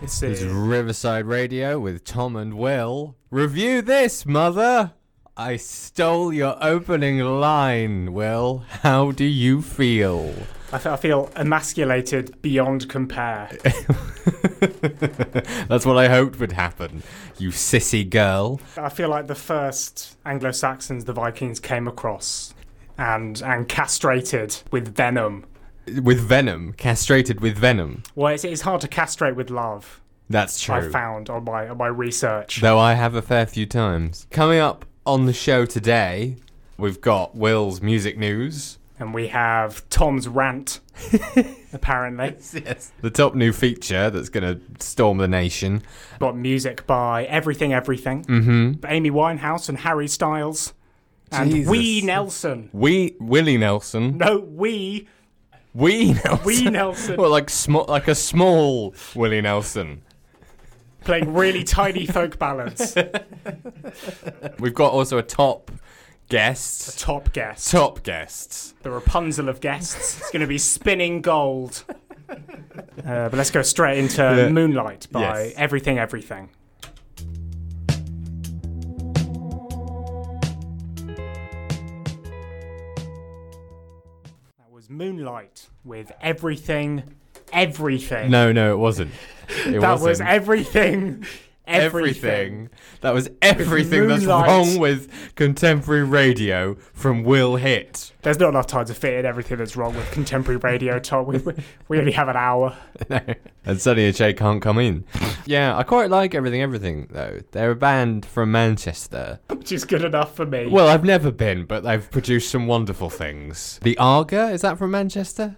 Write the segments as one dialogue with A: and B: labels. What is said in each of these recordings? A: It's
B: This is
A: uh,
B: Riverside Radio with Tom and Will. Review this, mother! I stole your opening line, Will. How do you feel?
A: I fe- I feel emasculated beyond compare.
B: That's what I hoped would happen, you sissy girl.
A: I feel like the first Anglo Saxons the Vikings came across and and castrated with venom.
B: With venom, castrated with venom.
A: Well, it's, it's hard to castrate with love.
B: That's true.
A: I found on my on my research.
B: Though I have a fair few times. Coming up on the show today, we've got Will's music news.
A: and we have Tom's rant. apparently,
B: Yes. The top new feature that's going to storm the nation.
A: got music by Everything Everything,
B: Mm
A: Amy Winehouse and Harry Styles, and
B: Jesus.
A: Wee Nelson.
B: hmm. We, Willie Nelson.
A: No, Wee
B: Wee Nelson.
A: Wee Nelson.
B: Well, like small, like a small Willie Nelson.
A: playing really tiny folk ballads.
B: We've got also a top guest.
A: Top guest.
B: Top guests.
A: the Rapunzel of guests. It's going to be spinning gold. Uh, but let's go straight into
B: Yeah.
A: Moonlight by
B: Yes.
A: Everything Everything. That was Moonlight with Everything Everything.
B: No, no, it wasn't. It
A: that
B: wasn't.
A: was everything. Everything.
B: everything. That was everything that's
A: Moonlight.
B: wrong with contemporary radio from Will Hit.
A: There's not enough time to fit in everything that's wrong with contemporary radio, Tom. We, we- we only have an hour.
B: and Sonny and Shay can't come in. yeah, I quite like Everything Everything, though. They're a band from Manchester.
A: which is good enough for me.
B: Well, I've never been, but they've produced some wonderful things. The Arga, is that from Manchester?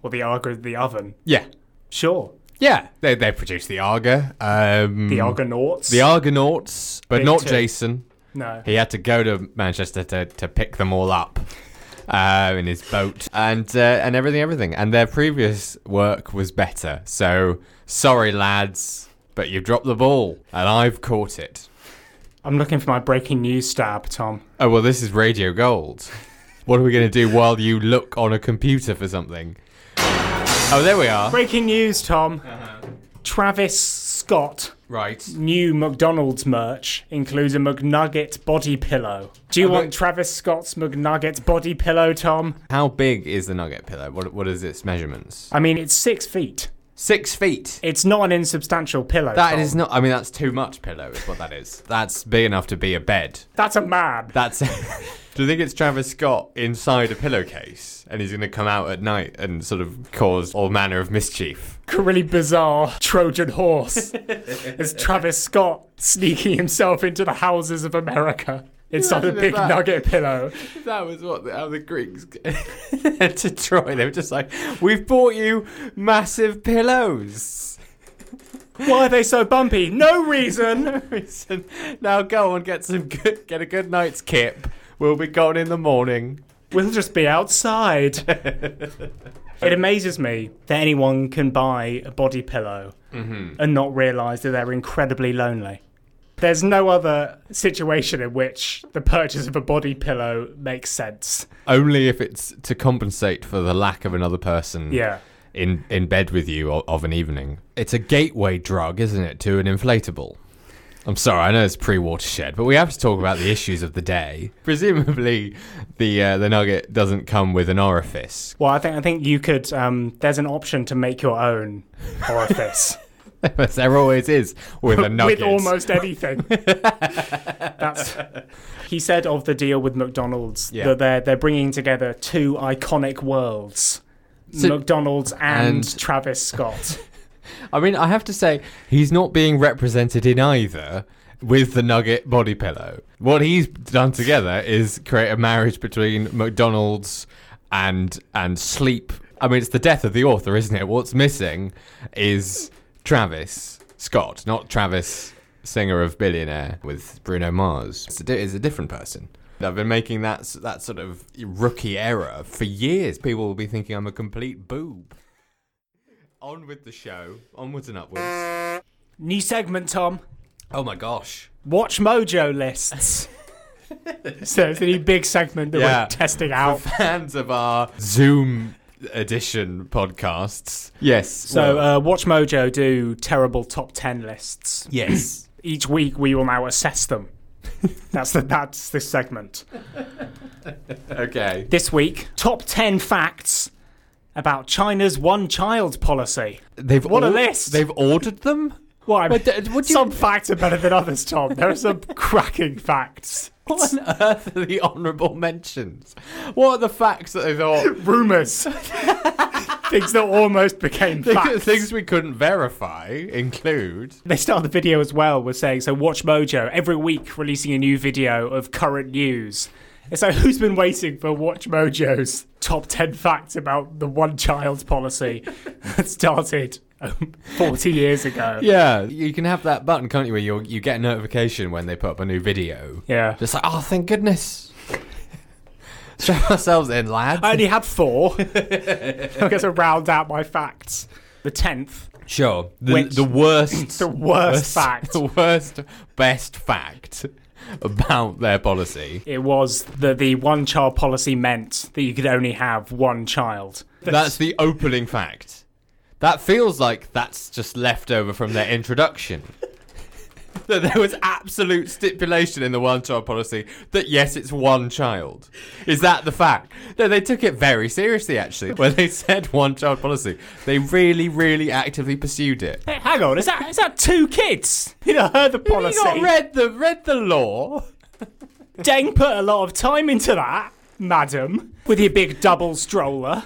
A: well, the Argo, the oven.
B: Yeah.
A: Sure.
B: Yeah, they, they produced the Arga. Um,
A: The Argonauts.
B: The Argonauts, but
A: They
B: not
A: too.
B: Jason.
A: no.
B: He had to go to Manchester to, to pick them all up uh, in his boat and uh, and everything, everything. And their previous work was better. So sorry, lads, but you dropped the ball, and I've caught it.
A: I'm looking for my breaking news stab, Tom.
B: Oh well, this is Radio Gold. What are we going to do while you look on a computer for something? Oh, there we are.
A: Breaking news, Tom.
B: Uh-huh.
A: Travis Scott
B: Right.
A: new McDonald's merch includes a McNugget body pillow. Do you
B: I
A: want
B: don't-
A: Travis Scott's McNugget body pillow, Tom?
B: How big is the nugget pillow? What what is its measurements?
A: I mean, it's six feet.
B: Six feet.
A: It's not an insubstantial pillow.
B: That
A: Tom.
B: is not. I mean, that's too much pillow. Is what that is. That's big enough to be a bed.
A: That's a man.
B: That's. Do you think it's Travis Scott inside a pillowcase and he's going to come out at night and sort of cause all manner of mischief?
A: really bizarre Trojan horse as Travis Scott sneaking himself into the houses of America inside a
B: Imagine if
A: big
B: that-
A: nugget pillow.
B: That was what the, how the Greeks had to Troy. They were just like, "We've bought you massive pillows."
A: Why are they so bumpy? No reason.
B: Listen, now go and get some good, get a good night's kip. We'll be gone in the morning.
A: We'll just be outside. it amazes me that anyone can buy a body pillow and not realize that they're incredibly lonely. There's no other situation in which the purchase of a body pillow makes sense.
B: Only if it's to compensate for the lack of another person.
A: Yeah.
B: in in bed with you o- of an evening. It's a gateway drug, isn't it, to an inflatable? I'm sorry, I know it's pre-watershed, but we have to talk about the issues of the day. Presumably, the uh, the nugget doesn't come with an orifice.
A: Well, I think I think you could. Um, there's an option to make your own orifice
B: there always is with a nugget.
A: with almost anything. That's. He said of the deal with McDonald's
B: Yeah.
A: that they're they're bringing together two iconic worlds.
B: So-
A: McDonald's and,
B: and-
A: Travis Scott.
B: I mean, I have to say, he's not being represented in either with the nugget body pillow. What he's done together is create a marriage between McDonald's and and sleep. I mean, it's the death of the author, isn't it? What's missing is Travis Scott, not Travis, singer of Billionaire with Bruno Mars. It's a, di- it's a different person. I've been making that s- that sort of rookie error for years. People will be thinking I'm a complete boob. On with the show, onwards and upwards.
A: New segment, Tom.
B: Oh my gosh.
A: Watch Mojo lists. so it's the new big segment that
B: Yeah.
A: we're testing out.
B: Fans of our Zoom edition podcasts. Yes.
A: So
B: well,
A: uh, Watch Mojo do terrible top ten lists.
B: yes.
A: Each week we will now assess them. that's the, that's this segment.
B: Okay.
A: This week, top ten facts about China's one child policy.
B: They've
A: What a
B: or-
A: list.
B: They've ordered them.
A: Why?
B: But d- what do you-
A: some facts are better than others, Tom. There are some cracking facts.
B: What on earth are the honourable mentions? What are the facts that they thought?
A: Rumors. Things that almost became
B: They could-
A: facts.
B: things we couldn't verify include.
A: They start the video as well with saying, so Watch Mojo, every week releasing a new video of current news. And So who's been waiting for Watch Mojo's top 10 facts about the one child policy that started um, 40 years ago?
B: Yeah, you can have that button, can't you? Where you you get a notification when they put up a new video.
A: Yeah.
B: Just like, oh, thank goodness. Strap ourselves in, lads.
A: I only had four. I guess I round out my facts. The 10th,
B: Sure. The,
A: Which-
B: the worst.
A: the worst fact.
B: The worst, best fact about their policy.
A: It was that the one child policy meant that you could only have one child.
B: That's the opening fact. That feels like that's just left over from their introduction. that there was absolute stipulation in the one child policy that yes, it's one child. Is that the fact? No, they took it very seriously actually. When they said one child policy, they really, really actively pursued it.
A: Hey, hang on, is that is that two kids? You know, heard the
B: Have
A: policy.
B: you not read the read the law?
A: Deng put a lot of time into that, madam, with your big double stroller.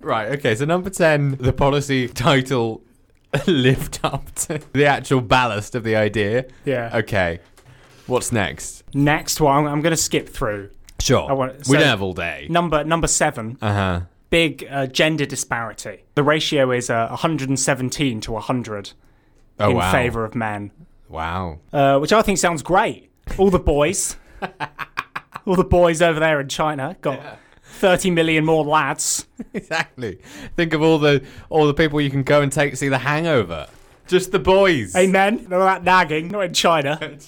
B: Right, okay, so number 10, the policy title lived up to the actual ballast of the idea.
A: Yeah.
B: Okay, what's next?
A: Next one, I'm going to skip through.
B: Sure.
A: I want-
B: we
A: so-
B: don't have all day.
A: Number number seven,
B: Uh huh.
A: big uh, gender disparity. The ratio is uh, 117 to 100
B: Oh,
A: in
B: wow.
A: favour of men,
B: Wow.
A: uh, which I think sounds great. All the boys, all the boys over there in China got 30 million more lads.
B: exactly. Think of all the all the people you can go and take see The Hangover. Just the boys.
A: Amen. All that nagging, not in China.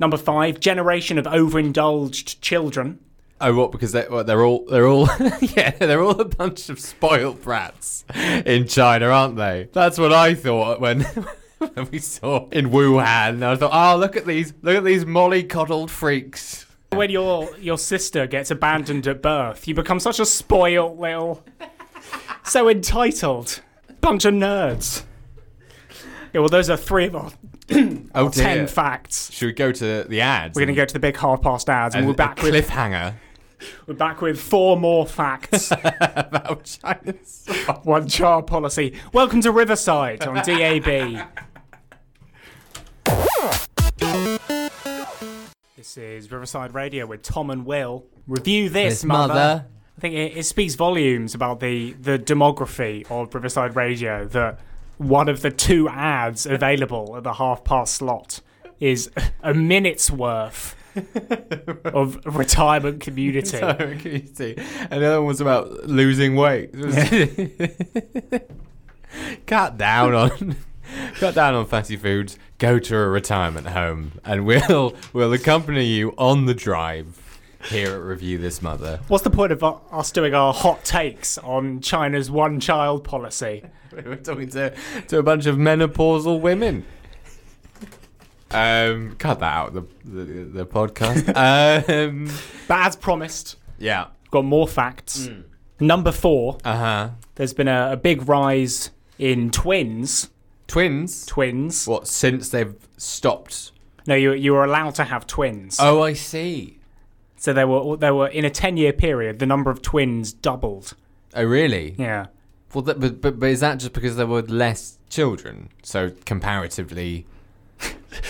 A: Number five, generation of overindulged children.
B: Oh, what? Because they, what, they're all they're all yeah they're all a bunch of spoiled brats in China, aren't they? That's what I thought when. when we saw in Wuhan, I thought, oh, look at these, look at these mollycoddled freaks.
A: When your your sister gets abandoned at birth, you become such a spoiled little, so entitled bunch of nerds. Yeah, well, those are three of our
B: Oh dear.
A: ten facts.
B: Should we go to the ads?
A: We're going to go to the big half past ads, and we're back
B: a
A: with
B: cliffhanger
A: we're back with four more facts.
B: about China's.
A: One child policy. Welcome to Riverside on DAB. this is Riverside Radio with Tom and Will. Review this, mother. I think it, it speaks volumes about the, the demography of Riverside Radio that one of the two ads available at the half past slot is a minute's worth of retirement community.
B: Sorry, can you see? And the other one was about losing weight. cut down on cut down on fatty foods. Go to a retirement home, and we'll we'll accompany you on the drive here at Review This Mother.
A: What's the point of u- us doing our hot takes on China's one child policy?
B: We were talking to to a bunch of menopausal women. Um, cut that out of the the, the podcast. Um,
A: But as promised,
B: yeah.
A: got more facts. Number four,
B: Hmm. Uh huh.
A: there's been a, a big rise in twins.
B: Twins.
A: Twins.
B: What since they've stopped?
A: No, you you were allowed to have twins.
B: Oh, I see.
A: So there were there were in a ten year period the number of twins doubled.
B: Oh, really?
A: Yeah.
B: Well, that, but, but but is that just because there were less children? So comparatively,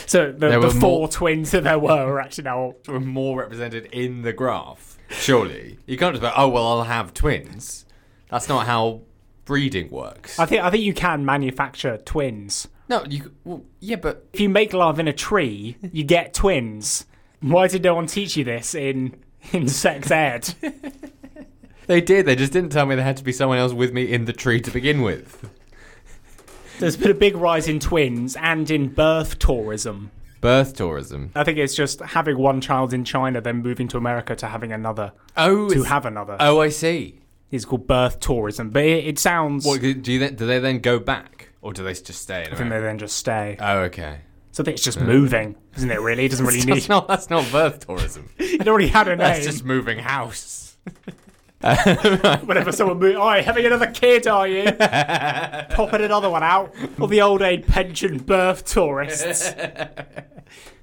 A: So the,
B: There
A: the
B: were
A: four
B: more-
A: twins that there were are actually now.
B: were more represented in the graph. Surely, you can't just go, oh well, I'll have twins. That's not how breeding works.
A: I think I think you can manufacture twins.
B: no, you. Well, yeah, but
A: If you make love in a tree, you get twins. Why did no one teach you this in in sex ed?
B: they did. They just didn't tell me there had to be someone else with me in the tree to begin with.
A: There's been a big rise in twins and in birth tourism.
B: Birth tourism.
A: I think it's just having one child in China, then moving to America to having another,
B: Oh,
A: to
B: it's-
A: have another.
B: oh, I see.
A: It's called birth tourism, but it, it sounds.
B: What, do you then, do they then go back or do they just stay? In
A: I think they
B: America?
A: then just stay.
B: Oh, okay.
A: So I think it's just moving, isn't it? Really, it doesn't really need.
B: That's not that's not birth tourism.
A: It already had a name.
B: that's just moving house.
A: Whenever someone moves, oh, having another kid, are you? Popping another one out. All the old age pension birth tourists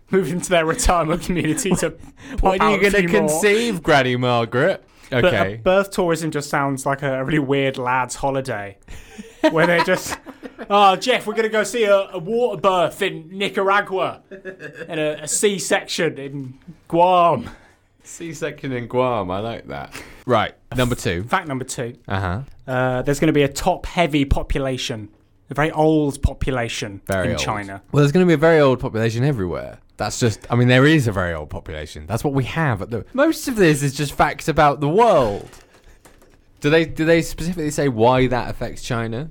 A: moving to their retirement community to. Pop
B: When are
A: out
B: you
A: a
B: going to
A: few more.
B: conceive, Granny Margaret?
A: But uh,
B: Okay.
A: birth tourism just sounds like a really weird lad's holiday, where they're just, oh Jeff, we're gonna go see a, a water birth in Nicaragua, and a, a C-section in Guam.
B: C-section in Guam. I like that. Right. Number two.
A: Fact number two:
B: Uh huh.
A: uh, there's gonna be a top-heavy population, a very old population
B: Very
A: in
B: old.
A: China.
B: Well, there's going to be a very old population everywhere. That's just, I mean, there is a very old population. That's what we have at the. Most of this is just facts about the world. Do they do they specifically say why that affects China?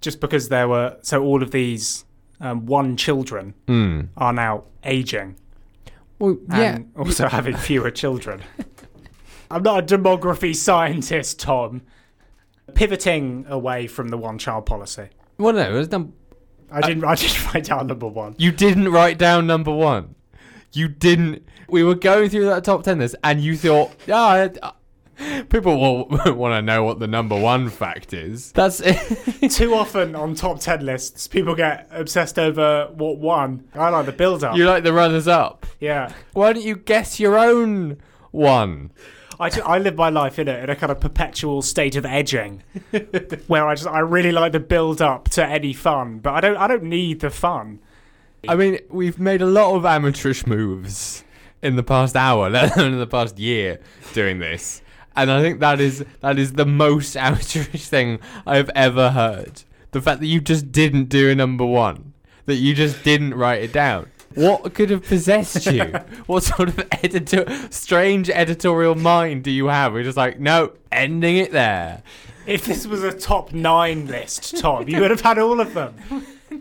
A: Just because there were so all of these um, one children
B: Hmm.
A: are now aging.
B: Well, yeah.
A: and also having fewer children. I'm not a demography scientist, Tom. Pivoting away from the one-child policy.
B: Well, no, it was num-
A: I didn't. I didn't write down number one.
B: you didn't write down number one. You didn't. We were going through that top ten list, and you thought, ah, oh, people will want to know what the number one fact is. That's it.
A: Too often on top ten lists, people get obsessed over what one. I like the build-up.
B: you like the runners up.
A: yeah,
B: Why don't you guess your own one?
A: I, ju- I live my life in a, in a kind of perpetual state of edging, where I just I really like the build-up to any fun, but I don't I don't need the fun.
B: I mean, we've made a lot of amateurish moves in the past hour, let alone in the past year, doing this. And I think that is that is the most amateurish thing I've ever heard. The fact that you just didn't do a number one, that you just didn't write it down. What could have possessed you? what sort of editor, strange editorial mind do you have? We're just like, no, ending it there.
A: If this was a top nine list, Tom, you would have had all of them.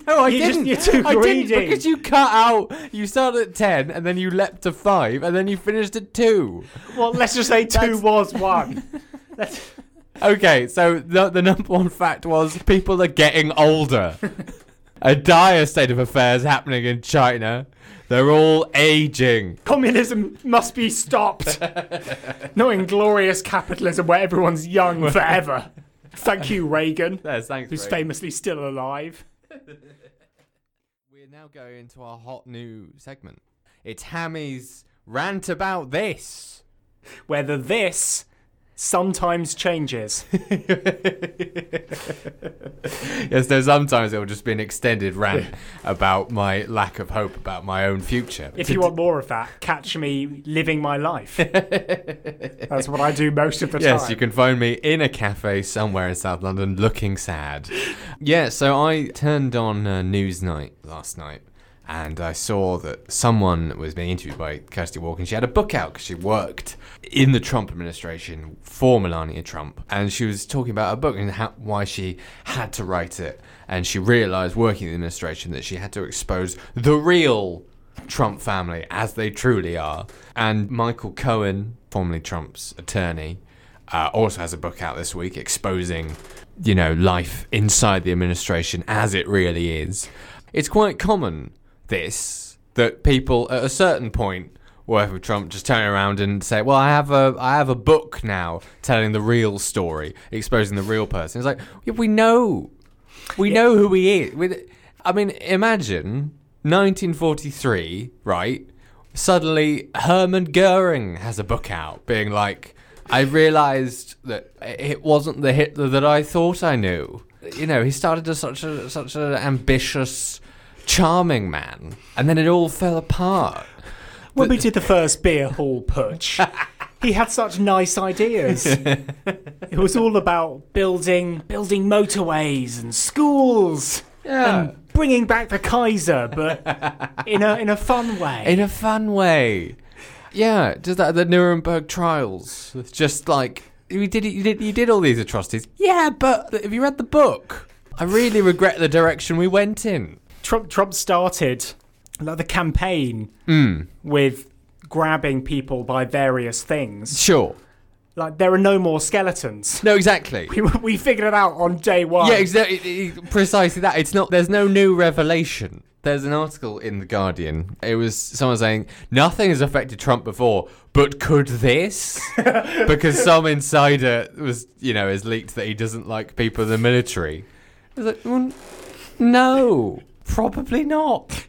B: No, I
A: You just-
B: didn't.
A: you're too
B: I
A: greedy.
B: didn't because you cut out. You started at ten, and then you leapt to five, and then you finished at two.
A: Well, let's just say two
B: That's-
A: was one. That's,
B: Okay, so the, the number one fact was people are getting older. A dire state of affairs happening in China. They're all aging.
A: communism must be stopped. Not inglorious capitalism where everyone's young forever. Thank you, Reagan,
B: There's thanks.
A: who's famously still alive.
B: We're now going into our hot new segment. It's Hammy's rant about this.
A: Whether this sometimes changes.
B: Yes, no, sometimes it will just be an extended rant about my lack of hope about my own future.
A: If you want more of that, catch me living my life. That's what I do most of the time.
B: Yes, you can find me in a cafe somewhere in South London looking sad. yeah, so I turned on uh, Newsnight last night and I saw that someone was being interviewed by Kirsty Walker and she had a book out because she worked in the Trump administration for Melania Trump and she was talking about her book and how, why she had to write it and she realised working in the administration that she had to expose the real Trump family as they truly are. And Michael Cohen, formerly Trump's attorney, uh, also has a book out this week exposing, you know, life inside the administration as it really is. It's quite common this that people at a certain point working with Trump just turn around and say, "Well, I have a I have a book now telling the real story, exposing the real person." It's like yeah, we know, we know who he is. We, I mean, imagine 1943, right? Suddenly, Hermann Goering has a book out, being like, "I realized that it wasn't the Hitler that I thought I knew." You know, he started as such a such an ambitious, charming man, and then it all fell apart.
A: When we did the first beer hall putsch, he had such nice ideas. it was all about building building motorways and schools,
B: Yeah.
A: bringing back the Kaiser, but in a in a fun way.
B: in a fun way. Yeah, just that the Nuremberg trials. It's Just like you did, you did, you did all these atrocities. Yeah, but have you read the book? I really regret the direction we went in.
A: Trump Trump started like the
B: Mm.
A: campaign with grabbing people by various things
B: Sure,
A: Like there are no more skeletons.
B: No, exactly.
A: We, we figured it out on day one.
B: Yeah, exactly. Precisely that. It's not. There's no new revelation. There's an article in the Guardian. It was someone saying nothing has affected Trump before, but could this? because some insider was, you know, has leaked that he doesn't like people in the military. I was like, well, no, probably not.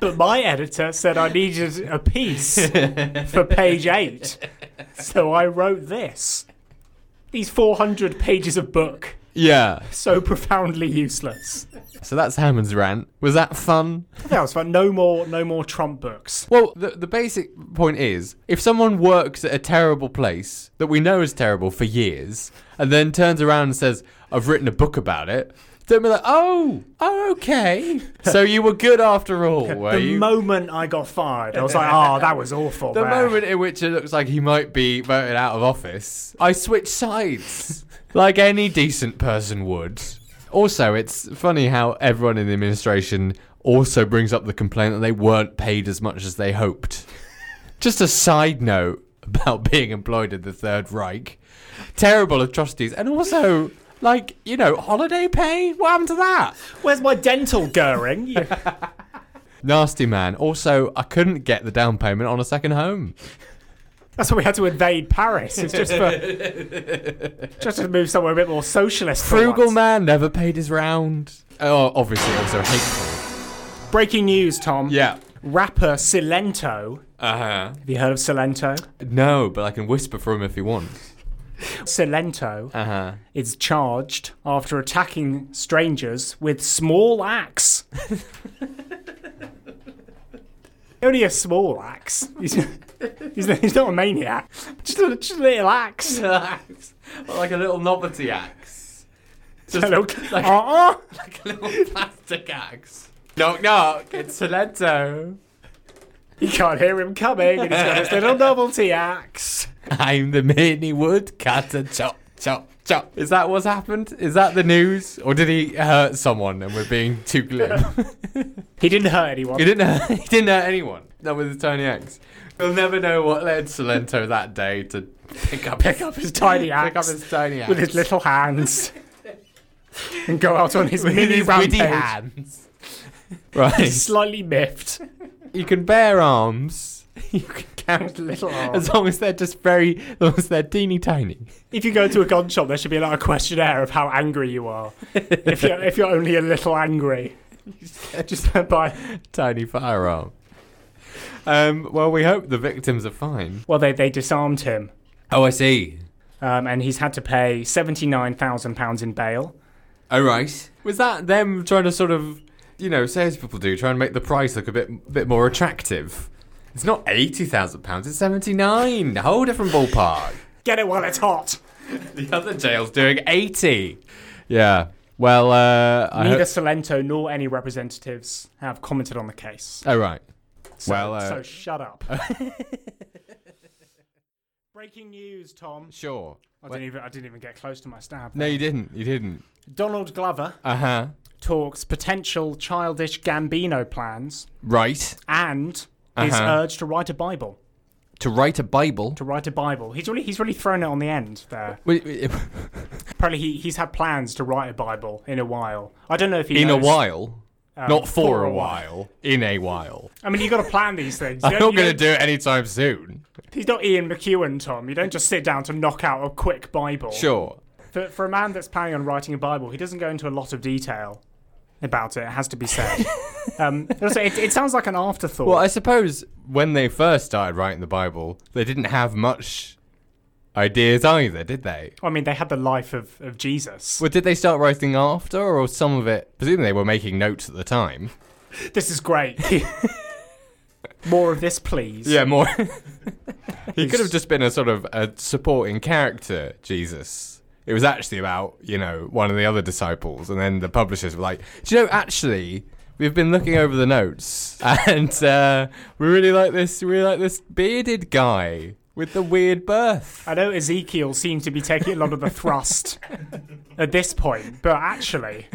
A: But my editor said I needed a piece for page eight, so I wrote this. These 400 pages of book,
B: Yeah.
A: so profoundly useless.
B: So that's Hammond's rant. Was that fun?
A: That was fun. No more, no more Trump books.
B: Well, the, the basic point is if someone works at a terrible place that we know is terrible for years and then turns around and says, I've written a book about it, don't be like, oh, oh, okay. so you were good after all, were
A: the
B: you?
A: moment I got fired, I was like, "Oh, that was awful."
B: the
A: man."
B: moment in which it looks like he might be voted out of office, I switch sides like any decent person would. Also, it's funny how everyone in the administration also brings up the complaint that they weren't paid as much as they hoped. Just a side note about being employed in the Third Reich. Terrible atrocities. And also, like, you know, holiday pay? What happened to that?
A: Where's my dental Goering? Yeah.
B: Nasty man. Also, I couldn't get the down payment on a second home.
A: That's why we had to invade Paris. It's just for just to move somewhere a bit more socialist. for
B: Frugal
A: once.
B: man never paid his round. Oh, obviously also hateful.
A: Breaking news, Tom.
B: Yeah.
A: Rapper Silento.
B: Uh huh.
A: Have you heard of Silento?
B: No, but I can whisper for him if he wants.
A: Silento
B: Uh huh.
A: is charged after attacking strangers with small axe. Only a small axe. He's, he's, he's not a maniac. Just a, just a little axe.
B: like a little novelty axe. Just
A: Hello. Uh-uh.
B: like a little plastic axe. Knock knock. It's Salento.
A: You can't hear him coming, and he's got his little novelty axe.
B: I'm the mini wood cutter. Chop chop chop. Is that what's happened? Is that the news? Or did he hurt someone and we're being too glib?
A: He didn't hurt anyone.
B: He didn't. Hurt, he didn't hurt anyone. Not with his tiny axe. We'll never know what led Salento that day to pick up
A: Pick up his tiny
B: Pick up
A: axe
B: his tiny axe
A: with his little hands and go out on his
B: With
A: mini
B: his witty
A: rampage.
B: hands. Right.
A: Slightly miffed.
B: you can bear arms. You can count
A: Little arms.
B: as long as they're just very, as long as they're teeny tiny.
A: If you go to a gun shop, there should be like a questionnaire of how angry you are. if you're if you're only a little angry, just by
B: Tiny firearm. Um, well, we hope the victims are fine.
A: well, they they disarmed him,
B: Oh, I see.
A: um, and he's had to pay seventy nine thousand pounds in bail.
B: All Oh, right. Was that them trying to sort of, you know, salespeople do, try and make the price look a bit bit more attractive? It's not eighty thousand pounds; it's seventy nine. A whole different ballpark.
A: Get it while it's hot.
B: the other jail's doing eighty. Yeah. Well, uh, I
A: Neither
B: hope-
A: Salento nor any representatives have commented on the case.
B: Oh right.
A: So,
B: Well, uh,
A: so shut up. Breaking news, Tom.
B: Sure.
A: I didn't even I didn't even get close to my stab.
B: No, you didn't. You didn't.
A: Donald Glover
B: Uh huh.
A: talks potential childish Gambino plans
B: Right.
A: and is
B: Uh-huh.
A: urged to write a Bible.
B: To write a Bible.
A: To write a Bible. He's really he's really thrown it on the end there.
B: Wait, wait,
A: Apparently he, he's had plans to write a Bible in a while. I don't know if he
B: In a
A: knows-
B: while. Not Uh, for
A: for
B: a
A: a
B: while. In a while.
A: I mean, you got to plan these things. You
B: I'm
A: don't-
B: not
A: you
B: going to
A: don't-
B: do it anytime soon.
A: He's not Ian McEwan, Tom. You don't just sit down to knock out a quick Bible.
B: Sure.
A: For, for a man that's planning on writing a Bible, he doesn't go into a lot of detail about it. It has to be said. um, also, it, it sounds like an afterthought.
B: Well, I suppose when they first started writing the Bible, they didn't have much ideas either, did they?
A: I mean, they had the life of, of Jesus.
B: Well, did they start writing after, or some of it? Presumably, they were making notes at the time.
A: This is great. More of this, please.
B: Yeah, more. he could have just been a sort of a supporting character, Jesus. It was actually about, you know, one of the other disciples, and then the publishers were like, "Do you know, actually, we've been looking over the notes, and uh, we really like this. We really like this bearded guy with the weird birth."
A: I know Ezekiel seems to be taking a lot of the thrust at this point, but actually,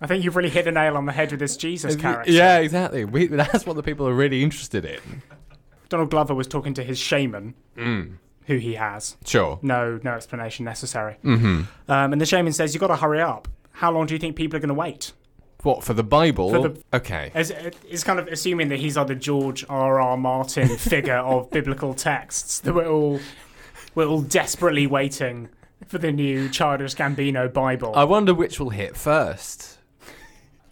A: I think you've really hit the nail on the head with this Jesus character.
B: Yeah, exactly. We, that's what the people are really interested in. Mm.
A: Donald Glover was talking to his shaman, who he has.
B: Sure.
A: No, no explanation necessary.
B: Mm-hmm.
A: Um, and the shaman says, "You've got to hurry up. How long do you think people are going to wait?"
B: What for the Bible?
A: For the-
B: okay.
A: As, it's kind of assuming that he's either George R. R. Martin figure of biblical texts that we're all we're all desperately waiting for the new Childish Gambino Bible.
B: I wonder which will hit first.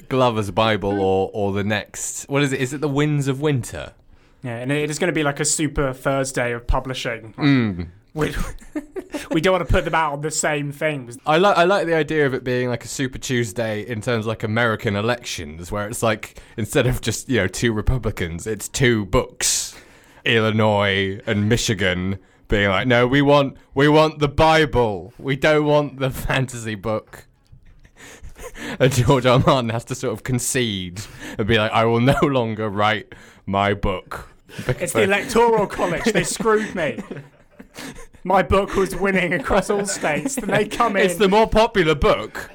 B: Glover's Bible or or the next what is it? Is it the Winds of Winter?
A: yeah, and it is going to be like a super Thursday of publishing.
B: Mm.
A: We, we don't want to put them out on the same things.
B: I like I like the idea of it being like a Super Tuesday in terms of like American elections, where it's like instead of just you know two Republicans, it's two books, Illinois and Michigan being like, no, we want we want the Bible, we don't want the fantasy book. And George R. Martin has to sort of concede and be like, I will no longer write my book.
A: It's the Electoral College. They screwed me. My book was winning across all states. Then they come in.
B: It's the more popular book.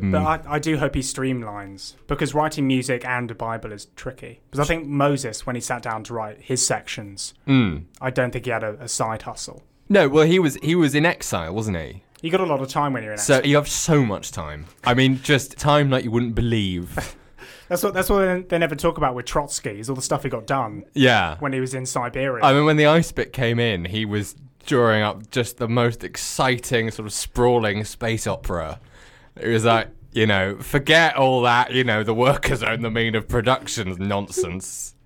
B: Mm.
A: But I, I do hope he streamlines because writing music and a Bible is tricky. Because I think Moses, when he sat down to write his sections,
B: Mm.
A: I don't think he had a, a side hustle.
B: No, well, he was he was in exile, wasn't he?
A: You got a lot of time when you're in.
B: So
A: So
B: you have so much time. I mean, just time like you wouldn't believe.
A: that's what that's what they- they never talk about with Trotsky is all the stuff he got done
B: Yeah.
A: when he was in Siberia.
B: I mean, when the ice bit came in, he was drawing up just the most exciting sort of sprawling space opera. It was like, you know, forget all that, you know, the workers own the mean of productions nonsense.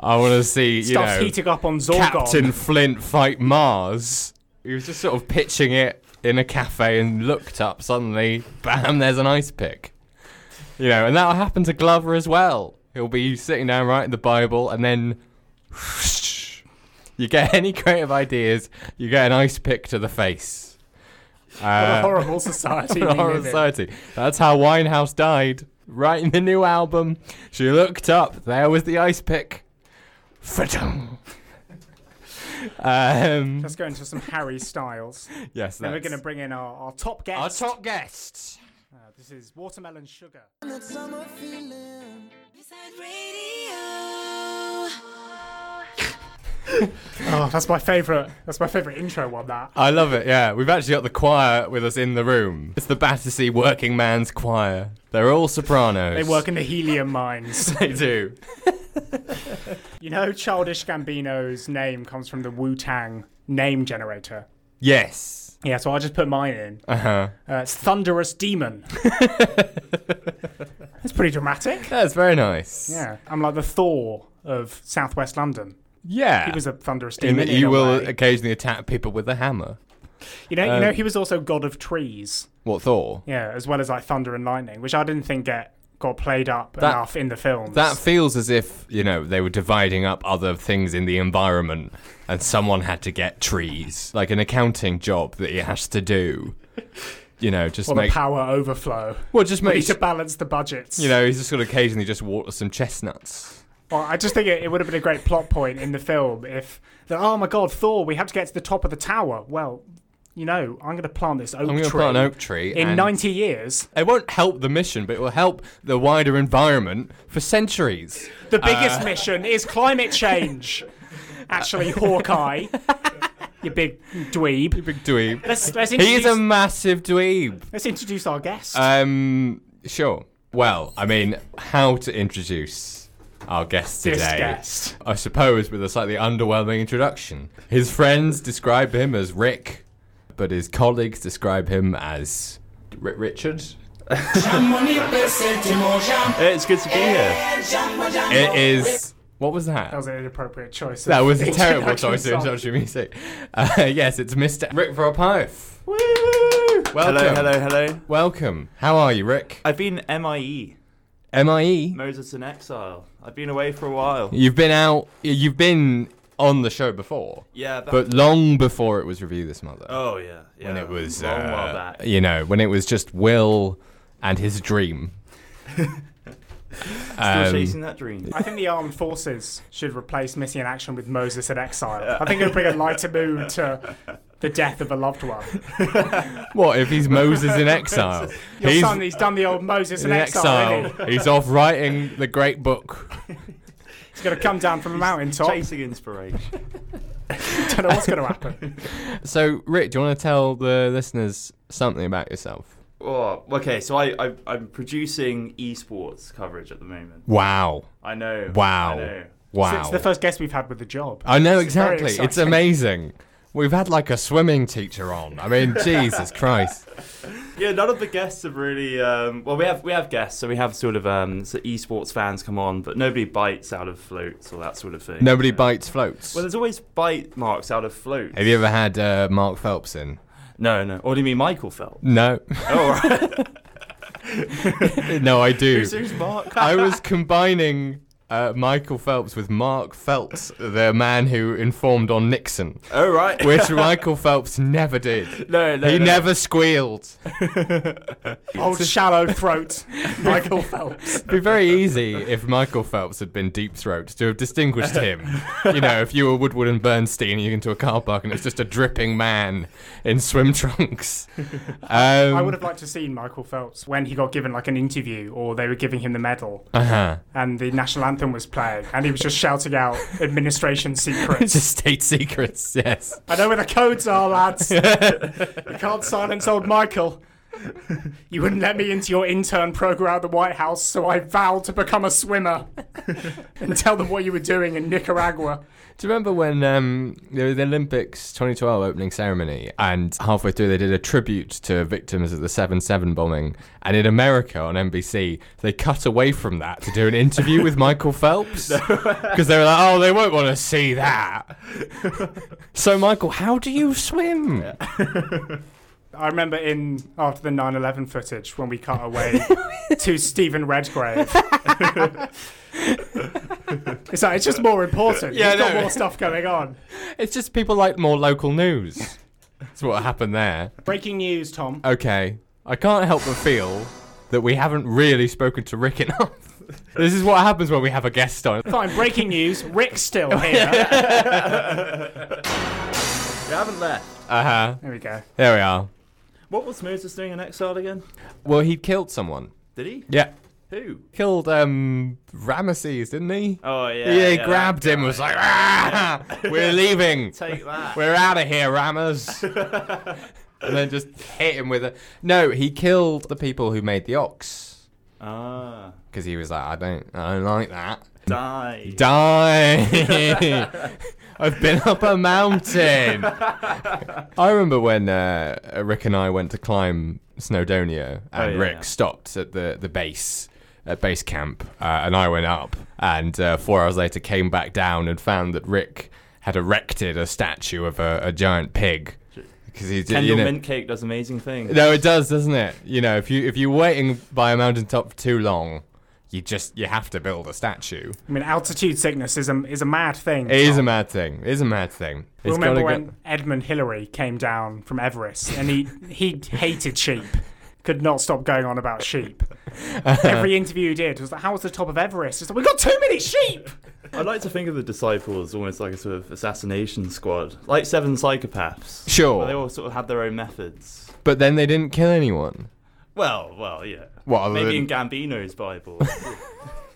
B: I want to see, you
A: Stuff's
B: know,
A: heating up on Zorgon.
B: Captain Flint fight Mars. He was just sort of pitching it in a cafe and looked up suddenly, bam, there's an ice pick. You know, and that'll happen to Glover as well. He'll be sitting down writing the Bible and then you get any creative ideas, you get an ice pick to the face.
A: What a
B: Uh,
A: horrible society.
B: what a
A: we
B: horror
A: live in.
B: society. That's how Winehouse died. Writing the new album, she looked up. There was the ice pick. Fa-dung. um,
A: Let's go into some Harry Styles.
B: yes,
A: Then we're
B: that's
A: going to bring in our, our top guest.
B: our top guest.
A: Uh, this is Watermelon Sugar. Oh, that's my favorite. That's my favorite intro one. That.
B: I love it. Yeah, we've actually got the choir with us in the room. It's the Battersea Working Man's Choir. They're all sopranos.
A: They work in the helium mines.
B: They do.
A: you know, Childish Gambino's name comes from the Wu Tang name generator.
B: Yes.
A: Yeah, so I'll just put mine in.
B: Uh huh.
A: Uh, it's Thunderous Demon. That's pretty dramatic.
B: That's very nice.
A: Yeah, I'm like the Thor of southwest London.
B: Yeah.
A: He was a Thunderous
B: in
A: Demon.
B: that
A: in
B: you
A: a
B: will
A: way.
B: occasionally attack people with a hammer.
A: You know, you
B: um,
A: know, he was also God of Trees.
B: What Thor?
A: Yeah, as well as like Thunder and Lightning, which I didn't think get got played up
B: That-
A: enough in the films.
B: That feels as if, you know, they were dividing up other things in the environment and someone had to get trees. Like an accounting job that he has to do. You know, just
A: or the
B: make
A: power overflow.
B: Well just
A: We
B: make
A: need to balance the budgets.
B: you know, he's just gonna occasionally just water some chestnuts.
A: Well, I just think it, it would have been a great plot point in the film if, that, oh my god, Thor, we have to get to the top of the tower. Well, you know, I'm going to plant this oak
B: I'm gonna
A: tree
B: plant an oak tree
A: in
B: and
A: 90 years.
B: it won't help the mission, but it will help the wider environment for centuries.
A: The biggest mission is climate change. Actually, Hawkeye, you big dweeb.
B: Big dweeb.
A: Let's, let's,
B: He is um,
A: introduce,
B: a massive dweeb.
A: let's introduce our guest.
B: Um, sure. Well, I mean, how to introduce our guest today?
A: This guest.
B: I suppose with a slightly underwhelming introduction. His friends describe him as Rick, but his colleagues describe him as R- Richard.
C: It's good to be here.
B: It is. What was
A: That
B: that?
A: was an inappropriate choice.
B: That was a terrible choice of
A: Introduction song.
B: introduction music. Uh, yes, it's Mr. Rick Vorpath.
A: Woo!
B: Welcome.
C: Hello, hello, hello.
B: Welcome. How are you, Rick?
C: I've been MIE,
B: MIE.
C: Moses in Exile. I've been away for a while.
B: You've been out. You've been on the show before.
C: Yeah, but,
B: But long before it was review this month,
C: oh yeah, yeah.
B: when it was,
C: long
B: uh,
C: while back.
B: you know, when it was just Will and his dream.
C: Still
B: Um,
C: chasing that dream.
A: I think the armed forces should replace Missy in Action with Moses in Exile. I think it would bring a lighter mood to the death of a loved one.
B: what if he's Moses in exile?
A: Your
B: he's
A: son, he's done the old Moses in,
B: in
A: Exile.
B: exile.
A: isn't he?
B: he's off writing the great book.
A: He's going to come down from a mountaintop.
C: Chasing inspiration.
A: Don't know what's going to happen.
B: So, Rick, do you want to tell the listeners something about yourself?
C: Oh, okay, so I, I I'm producing esports coverage at the moment.
B: Wow.
C: I know.
B: Wow.
C: I know.
B: Wow.
A: It's the first guest we've had with the job.
B: I know
A: It's very
B: exactly. It's
A: exciting.
B: amazing. We've had like a swimming teacher on. I mean, Jesus Christ.
C: Yeah, none of the guests have really. Um, well, we have we have guests, so we have sort of um, so esports fans come on, but nobody bites out of floats or that sort of thing.
B: Nobody
C: Yeah.
B: bites floats.
C: Well, there's always bite marks out of floats.
B: Have you ever had uh, Mark Phelps in?
C: No, no. Or do you mean Michael Phelps?
B: No.
C: oh, all right.
B: no, I do.
C: Who's, who's Mark?
B: I was combining uh, Michael Phelps with Mark Phelps, the man who informed on Nixon,
C: oh, right.
B: which Michael Phelps never did.
C: no, no.
B: he
C: no.
B: never squealed.
A: Old shallow throat, Michael Phelps.
B: It'd be very easy if Michael Phelps had been deep throat to have distinguished him. You know, if you were Woodward and Bernstein and you get into a car park and it's just a dripping man in swim trunks. Um,
A: I would have liked to seen Michael Phelps when he got given like an interview or they were giving him the medal
B: Uh-huh.
A: and the national anthem was playing and he was just shouting out administration
B: It's
A: secrets.
B: just state secrets, yes.
A: I know where the codes are, lads. you can't silence old Michael. You wouldn't let me into your intern program at the White House, so I vowed to become a swimmer and tell them what you were doing in Nicaragua.
B: Do you remember when um, there was the Olympics 2012 opening ceremony, and halfway through they did a tribute to victims of the 7/7 bombing, and in America on NBC they cut away from that to do an interview with Michael Phelps because they were like, oh, they won't want to see that. so Michael, how do you swim?
A: I remember in after the 9/11 footage when we cut away to Stephen Redgrave. it's like it's just more important. Yeah,
B: Yeah,
A: You've
B: I know.
A: got more stuff going on.
B: It's just people like more local news. That's what happened there.
A: Breaking news, Tom.
B: Okay, I can't help but feel that we haven't really spoken to Rick enough. This is what happens when we have a guest on.
A: Fine, breaking news. Rick's
B: Oh,
A: still here.
C: You haven't left.
B: Uh huh.
A: there we go.
B: There we are.
C: What was Moses doing in exile again?
B: Well, he killed someone.
C: Did he?
B: Yeah.
C: Who?
B: Killed um Ramesses, didn't he?
C: Oh, yeah.
B: yeah, he
C: that
B: grabbed him.
C: guy.
B: Was like, ah, we're leaving.
C: Take that.
B: We're out of here, Rammers. and then just hit him with a. No, he killed the people who made the ox
C: ah,
B: because he was like, I don't, I don't like that.
C: die.
B: Die. I've been up a mountain. I remember when uh, Rick and I went to climb Snowdonia, and
C: Oh, yeah,
B: Rick
C: yeah.
B: stopped at the, the base at base camp, uh, and I went up, and uh, four hours later came back down and found that Rick had erected a statue of a, a giant pig. Because he did,
C: Kendall
B: you know,
C: Mint Cake does amazing things.
B: no, it does, doesn't it? You know, if you if you're waiting by a mountaintop for too long, you just you have to build a statue.
A: I mean, altitude sickness is a, is a mad thing.
B: It is a
A: Tom.
B: mad thing. It is a mad thing.
A: We'll
B: It's
A: remember
B: gotta
A: when Edmund Hillary came down from Everest and he, he hated sheep, could not stop going on about sheep. Every interview he did was like, How was the top of Everest? It's like, We've got too many sheep!
C: I like to think of the disciples almost like a sort of assassination squad, like seven psychopaths.
B: Sure.
C: But they all sort of had their own methods.
B: But then they didn't kill anyone.
C: Well, well, yeah.
B: Well, other
C: Maybe
B: than-
C: in Gambino's Bible.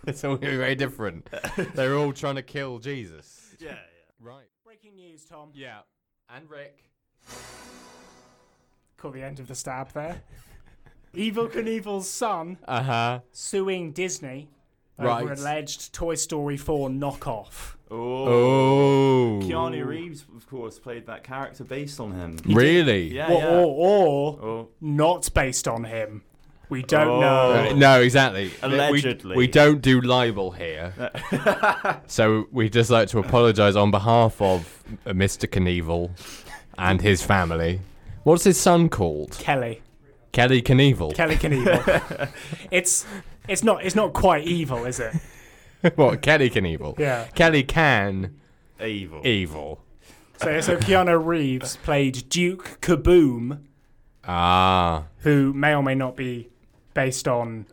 B: it's all very different. They're all trying to kill Jesus.
C: yeah, yeah.
B: Right.
A: Breaking news, Tom.
B: Yeah. And Rick.
A: Caught the end of the stab there. Evil Knievel's son
B: Uh huh.
A: suing Disney over
B: Right.
A: alleged Toy Story 4 knockoff.
C: Oh.
B: Oh.
C: Keanu Reeves, of course, played that character based on him.
B: Really?
C: Yeah,
A: Or,
C: yeah.
A: or, or
C: Oh.
A: not based on him. We don't
C: Oh.
A: know.
B: Uh, No, exactly. We-
C: Allegedly.
B: We, don't do libel here. so we just like to apologize on behalf of uh, Mr. Knievel and his family. What's his son called?
A: Kelly.
B: Kelly Knievel.
A: Kelly Knievel. it's it's not it's not quite evil, is it?
B: what? Kelly Knievel.
A: Yeah.
B: Kelly can
C: Evil.
B: evil.
A: So so Keanu Reeves played Duke Kaboom,
B: Ah.
A: who may or may not be based on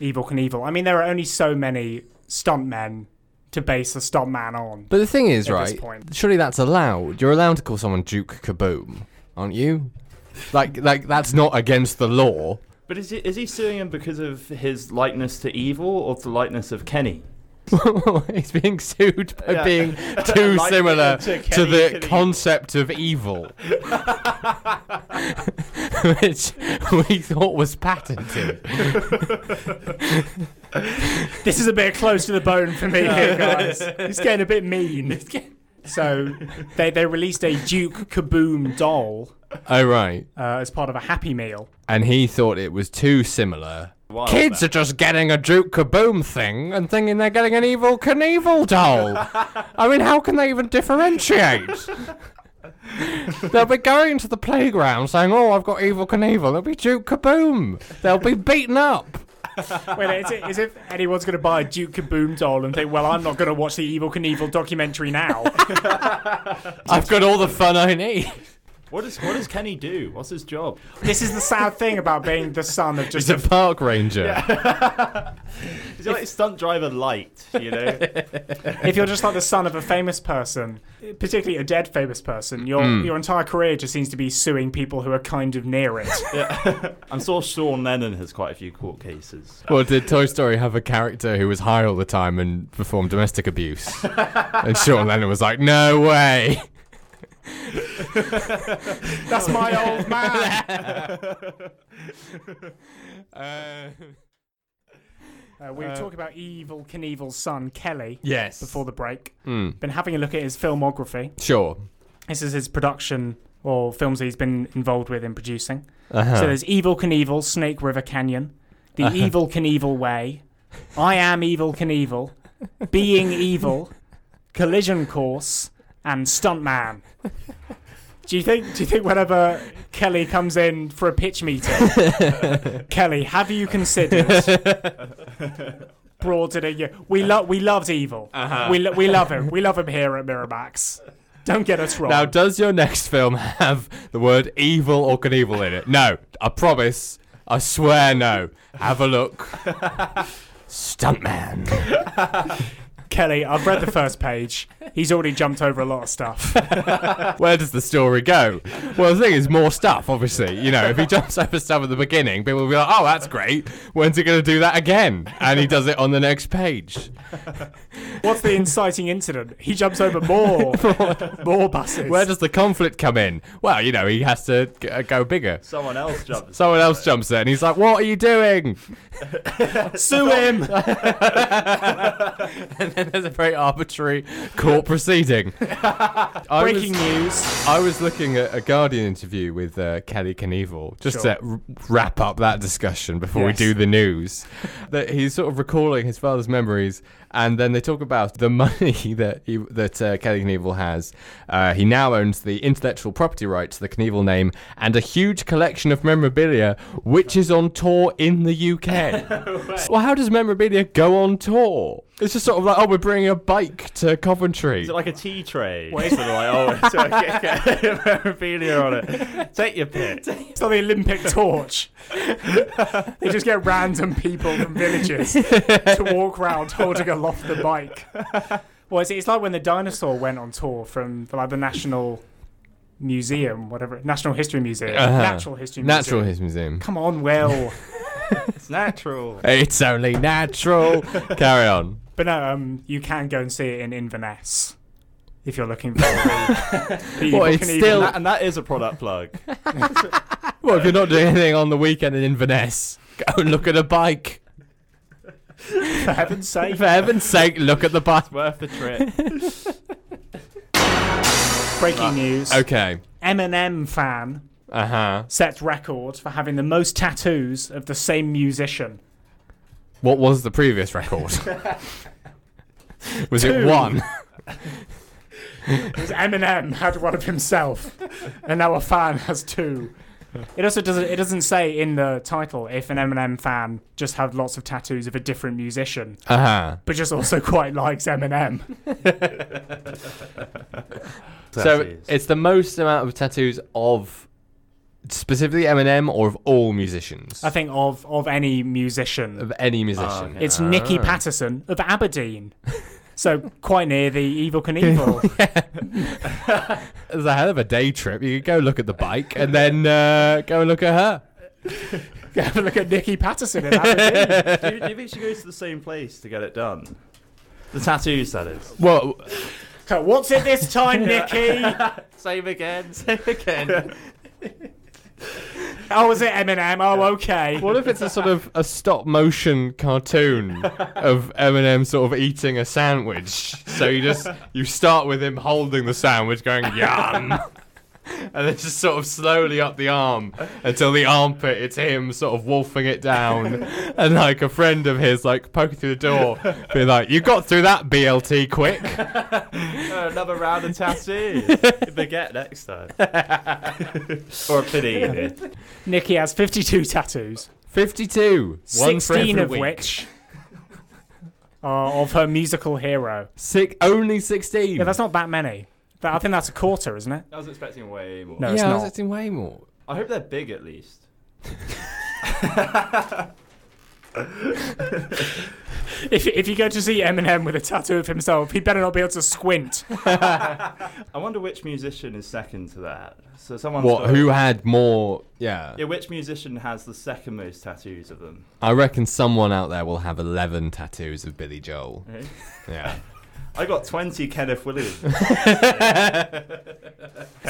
A: Evil Knievel. I mean, there are only so many stuntmen to base a stuntman on.
B: But the thing is,
A: At this
B: right?
A: point.
B: Surely that's allowed. You're allowed to call someone Duke Kaboom, aren't you? Like, like that's not against the law.
C: But is he, is he suing him because of his likeness to evil or the likeness of Kenny?
B: He's being sued by
C: Yeah.
B: being too
C: Like
B: similar
C: to
B: to,
C: Kenny-
B: the
C: Kenny.
B: concept of evil, which we thought was patented.
A: This is a bit close to the bone for me here, guys. It's getting a bit mean. So they, they released a Duke Kaboom doll
B: Oh right,
A: uh, as part of a Happy Meal.
B: and he thought it was too similar.
C: Wild
B: Kids
C: man.
B: are just getting a Duke Kaboom thing and thinking they're getting an evil Knievel doll. I mean, how can they even differentiate? They'll be going to the playground saying, "Oh, I've got evil Knievel." It'll be Duke Kaboom. They'll be beaten up.
A: Wait, is it as if anyone's going to buy a Duke Kaboom doll and think, well, I'm not going to watch the Evil Knievel documentary now?
B: I've got all the fun I need.
C: What does what does Kenny do? What's his job?
A: this is the sad thing about being the son of
B: He's
A: just
B: a park ranger.
C: He's like stunt driver light, you know.
A: if you're just like the son of a famous person, particularly a dead famous person, your
B: Hmm.
A: your entire career just seems to be suing people who are kind of near it.
C: I'm sure Sean Lennon has quite a few court cases.
B: Well, did Toy Story have a character who was high all the time and performed domestic abuse? and Sean Lennon was like, "No way."
A: That's my old man. Um, Uh, we were talking about evil Knievel's son Kelly
B: yes.
A: before the break.
B: Mm.
A: Been having a look at his filmography.
B: Sure.
A: This is his production or films that he's been involved with in producing.
B: Uh-huh.
A: So there's Evil Knievel, Snake River Canyon, The
B: Uh-huh.
A: Evil Knievel Way, I Am Evil Knievel, Being Evil, Collision Course, and Stuntman. Do you think? Do you think whenever Kelly comes in for a pitch meeting, Kelly, have you considered broadening? Your, we love we loved Evil.
B: Uh-huh.
A: We lo- we love him. We love him here at Miramax. Don't get us wrong.
B: Now, does your next film have the word evil or Knievel in it? No, I promise. I swear no. Have a look. Stuntman.
A: Kelly, I've read the first page. He's already jumped over a lot of stuff.
B: Where does the story go? Well, the thing is, more stuff, obviously. You know, if he jumps over stuff at the beginning, people will be like, oh, that's great. When's he going to do that again? And he does it on the next page.
A: What's the inciting incident? He jumps over more, more buses.
B: Where does the conflict come in? Well, you know, he has to g- uh, go bigger.
C: Someone else jumps.
B: Someone else jumps in and he's like, what are you doing?
A: sue him?
B: And then there's a very arbitrary court proceeding. I was-
A: Breaking news.
B: I was looking at a Guardian interview with uh, Kelly Knievel just
A: Sure.
B: to r- wrap up that discussion before
A: Yes.
B: we do the news. That he's sort of recalling his father's memories, and then they talk about the money that he, that uh, Kelly Knievel has. Uh, he now owns the intellectual property rights to the Knievel name and a huge collection of memorabilia, which is on tour in the UK. well, how does memorabilia go on tour? It's just sort of like, oh, we're bringing a bike to Coventry.
C: Is it like a tea tray?
A: Wait.
C: Sort of like, oh, so I get, get memorabilia on it. Take your pick.
A: It's not the Olympic torch. they just get random people from villages to walk round holding aloft the bike. Well, it's, it's like when the dinosaur went on tour from like the National Museum, whatever, National History Museum,
B: Uh-huh.
A: Natural History Museum.
B: Natural History Museum.
A: Come on, Will.
C: It's natural.
B: It's only natural. Carry on.
A: But no, um, you can go and see it in Inverness if you're looking for the, the
B: Well,
A: Evil
B: it's
A: Knievel.
B: still-
C: And that, and that is a product plug.
B: Well, if you're not doing anything on the weekend in Inverness, go and look at a bike.
A: for heaven's sake.
B: For heaven's sake, look at the bike.
C: Worth the trip.
A: Breaking news:
B: Okay.
A: Eminem fan
B: Uh huh.
A: sets record for having the most tattoos of the same musician.
B: What was the previous record? was it
A: Two.
B: one?
A: Because Eminem had one of himself, and now a fan has two. It also doesn't. It doesn't say in the title if an Eminem fan just had lots of tattoos of a different musician,
B: Uh huh.
A: but just also quite likes Eminem.
B: So
C: Tattoos.
B: it's the most amount of tattoos of specifically Eminem or of all musicians?
A: I think of of any musician.
B: Of any musician.
C: okay.
A: It's Nicky Patterson of Aberdeen. So quite near the evil Knievel.
B: It was a hell of a day trip. You could go look at the bike and then uh, go and look at her.
A: Have a look at Nicky Patterson in Aberdeen.
C: do, you, do you think she goes to the same place to get it done? The tattoos, that is.
B: Well,
A: Okay, what's it this time, Nikki?
C: Same again, same again.
A: oh, is it Eminem? Oh, okay.
B: what if it's a sort of a stop motion cartoon of Eminem sort of eating a sandwich? So you just you start with him holding the sandwich, going yum, and then just sort of slowly up the arm until the armpit. It's him sort of wolfing it down, and like a friend of his like poking through the door, being like, "You got through that BLT quick."
C: another round of tattoos. Baguette next time. or a panini.
A: Nikki has 52 tattoos,
B: Fifty-two. One for
A: 16
B: every
A: of
B: week.
A: which are of her musical hero.
B: Six, only sixteen.
A: Yeah, that's not that many. That, I think that's a quarter, isn't it?
C: I was expecting way more.
A: No, it's
B: yeah, I
A: not.
B: was expecting way more.
C: I hope they're big at least.
A: If, if you go to see Eminem with a tattoo of himself, he better not be able to squint.
C: I wonder which musician is second to that. So someone.
B: What? Who had more? Yeah.
C: Yeah, which musician has the second most tattoos of them?
B: I reckon someone out there will have 11 tattoos of Billy Joel.
C: Eh?
B: Yeah.
C: I got 20 Kenneth Williams.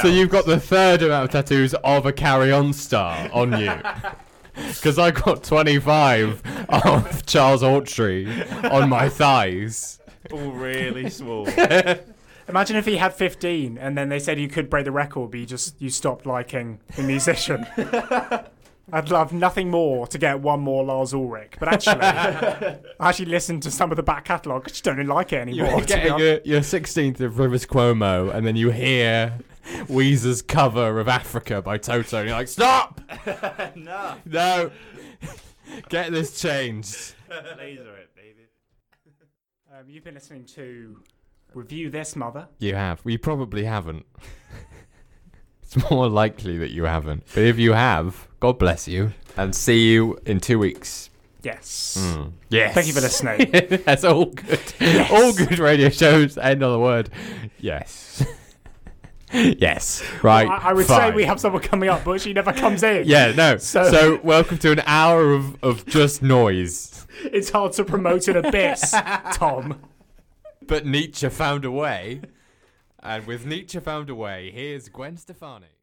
B: so you've got the third amount of tattoos of a carry on star on you. Because I got 25 of Charles Hawtrey on my thighs.
C: All really small.
A: Imagine if he had 15 and then they said you could break the record, but you just you stopped liking the musician. I'd love nothing more to get one more Lars Ulrich, but actually, I actually listened to some of the back catalogue. I just don't really like it anymore.
B: You're
A: to be
B: getting
A: honest.
B: your, your 16th of Rivers Cuomo, and then you hear Weezer's cover of Africa by Toto, and you're like, stop!
C: no.
B: No! Get this changed.
C: Laser it, baby.
A: Um, you've been listening to Review This Mother.
B: You have. Well, you probably haven't. it's more likely that you haven't. But if you have, God bless you. And see you in two weeks.
A: Yes.
B: Mm. Yes.
A: Hmm. Thank you for listening.
B: That's all good. All good radio shows end on the word. Yes. yes. Right.
A: I, I would
B: fine.
A: say we have someone coming up, but she never comes in.
B: Yeah, no. So,
A: So-
B: welcome to an hour of, of just noise.
A: It's hard to promote an abyss, Tom.
B: But Nietzsche found a way. And with Nietzsche found a way, here's Gwen Stefani.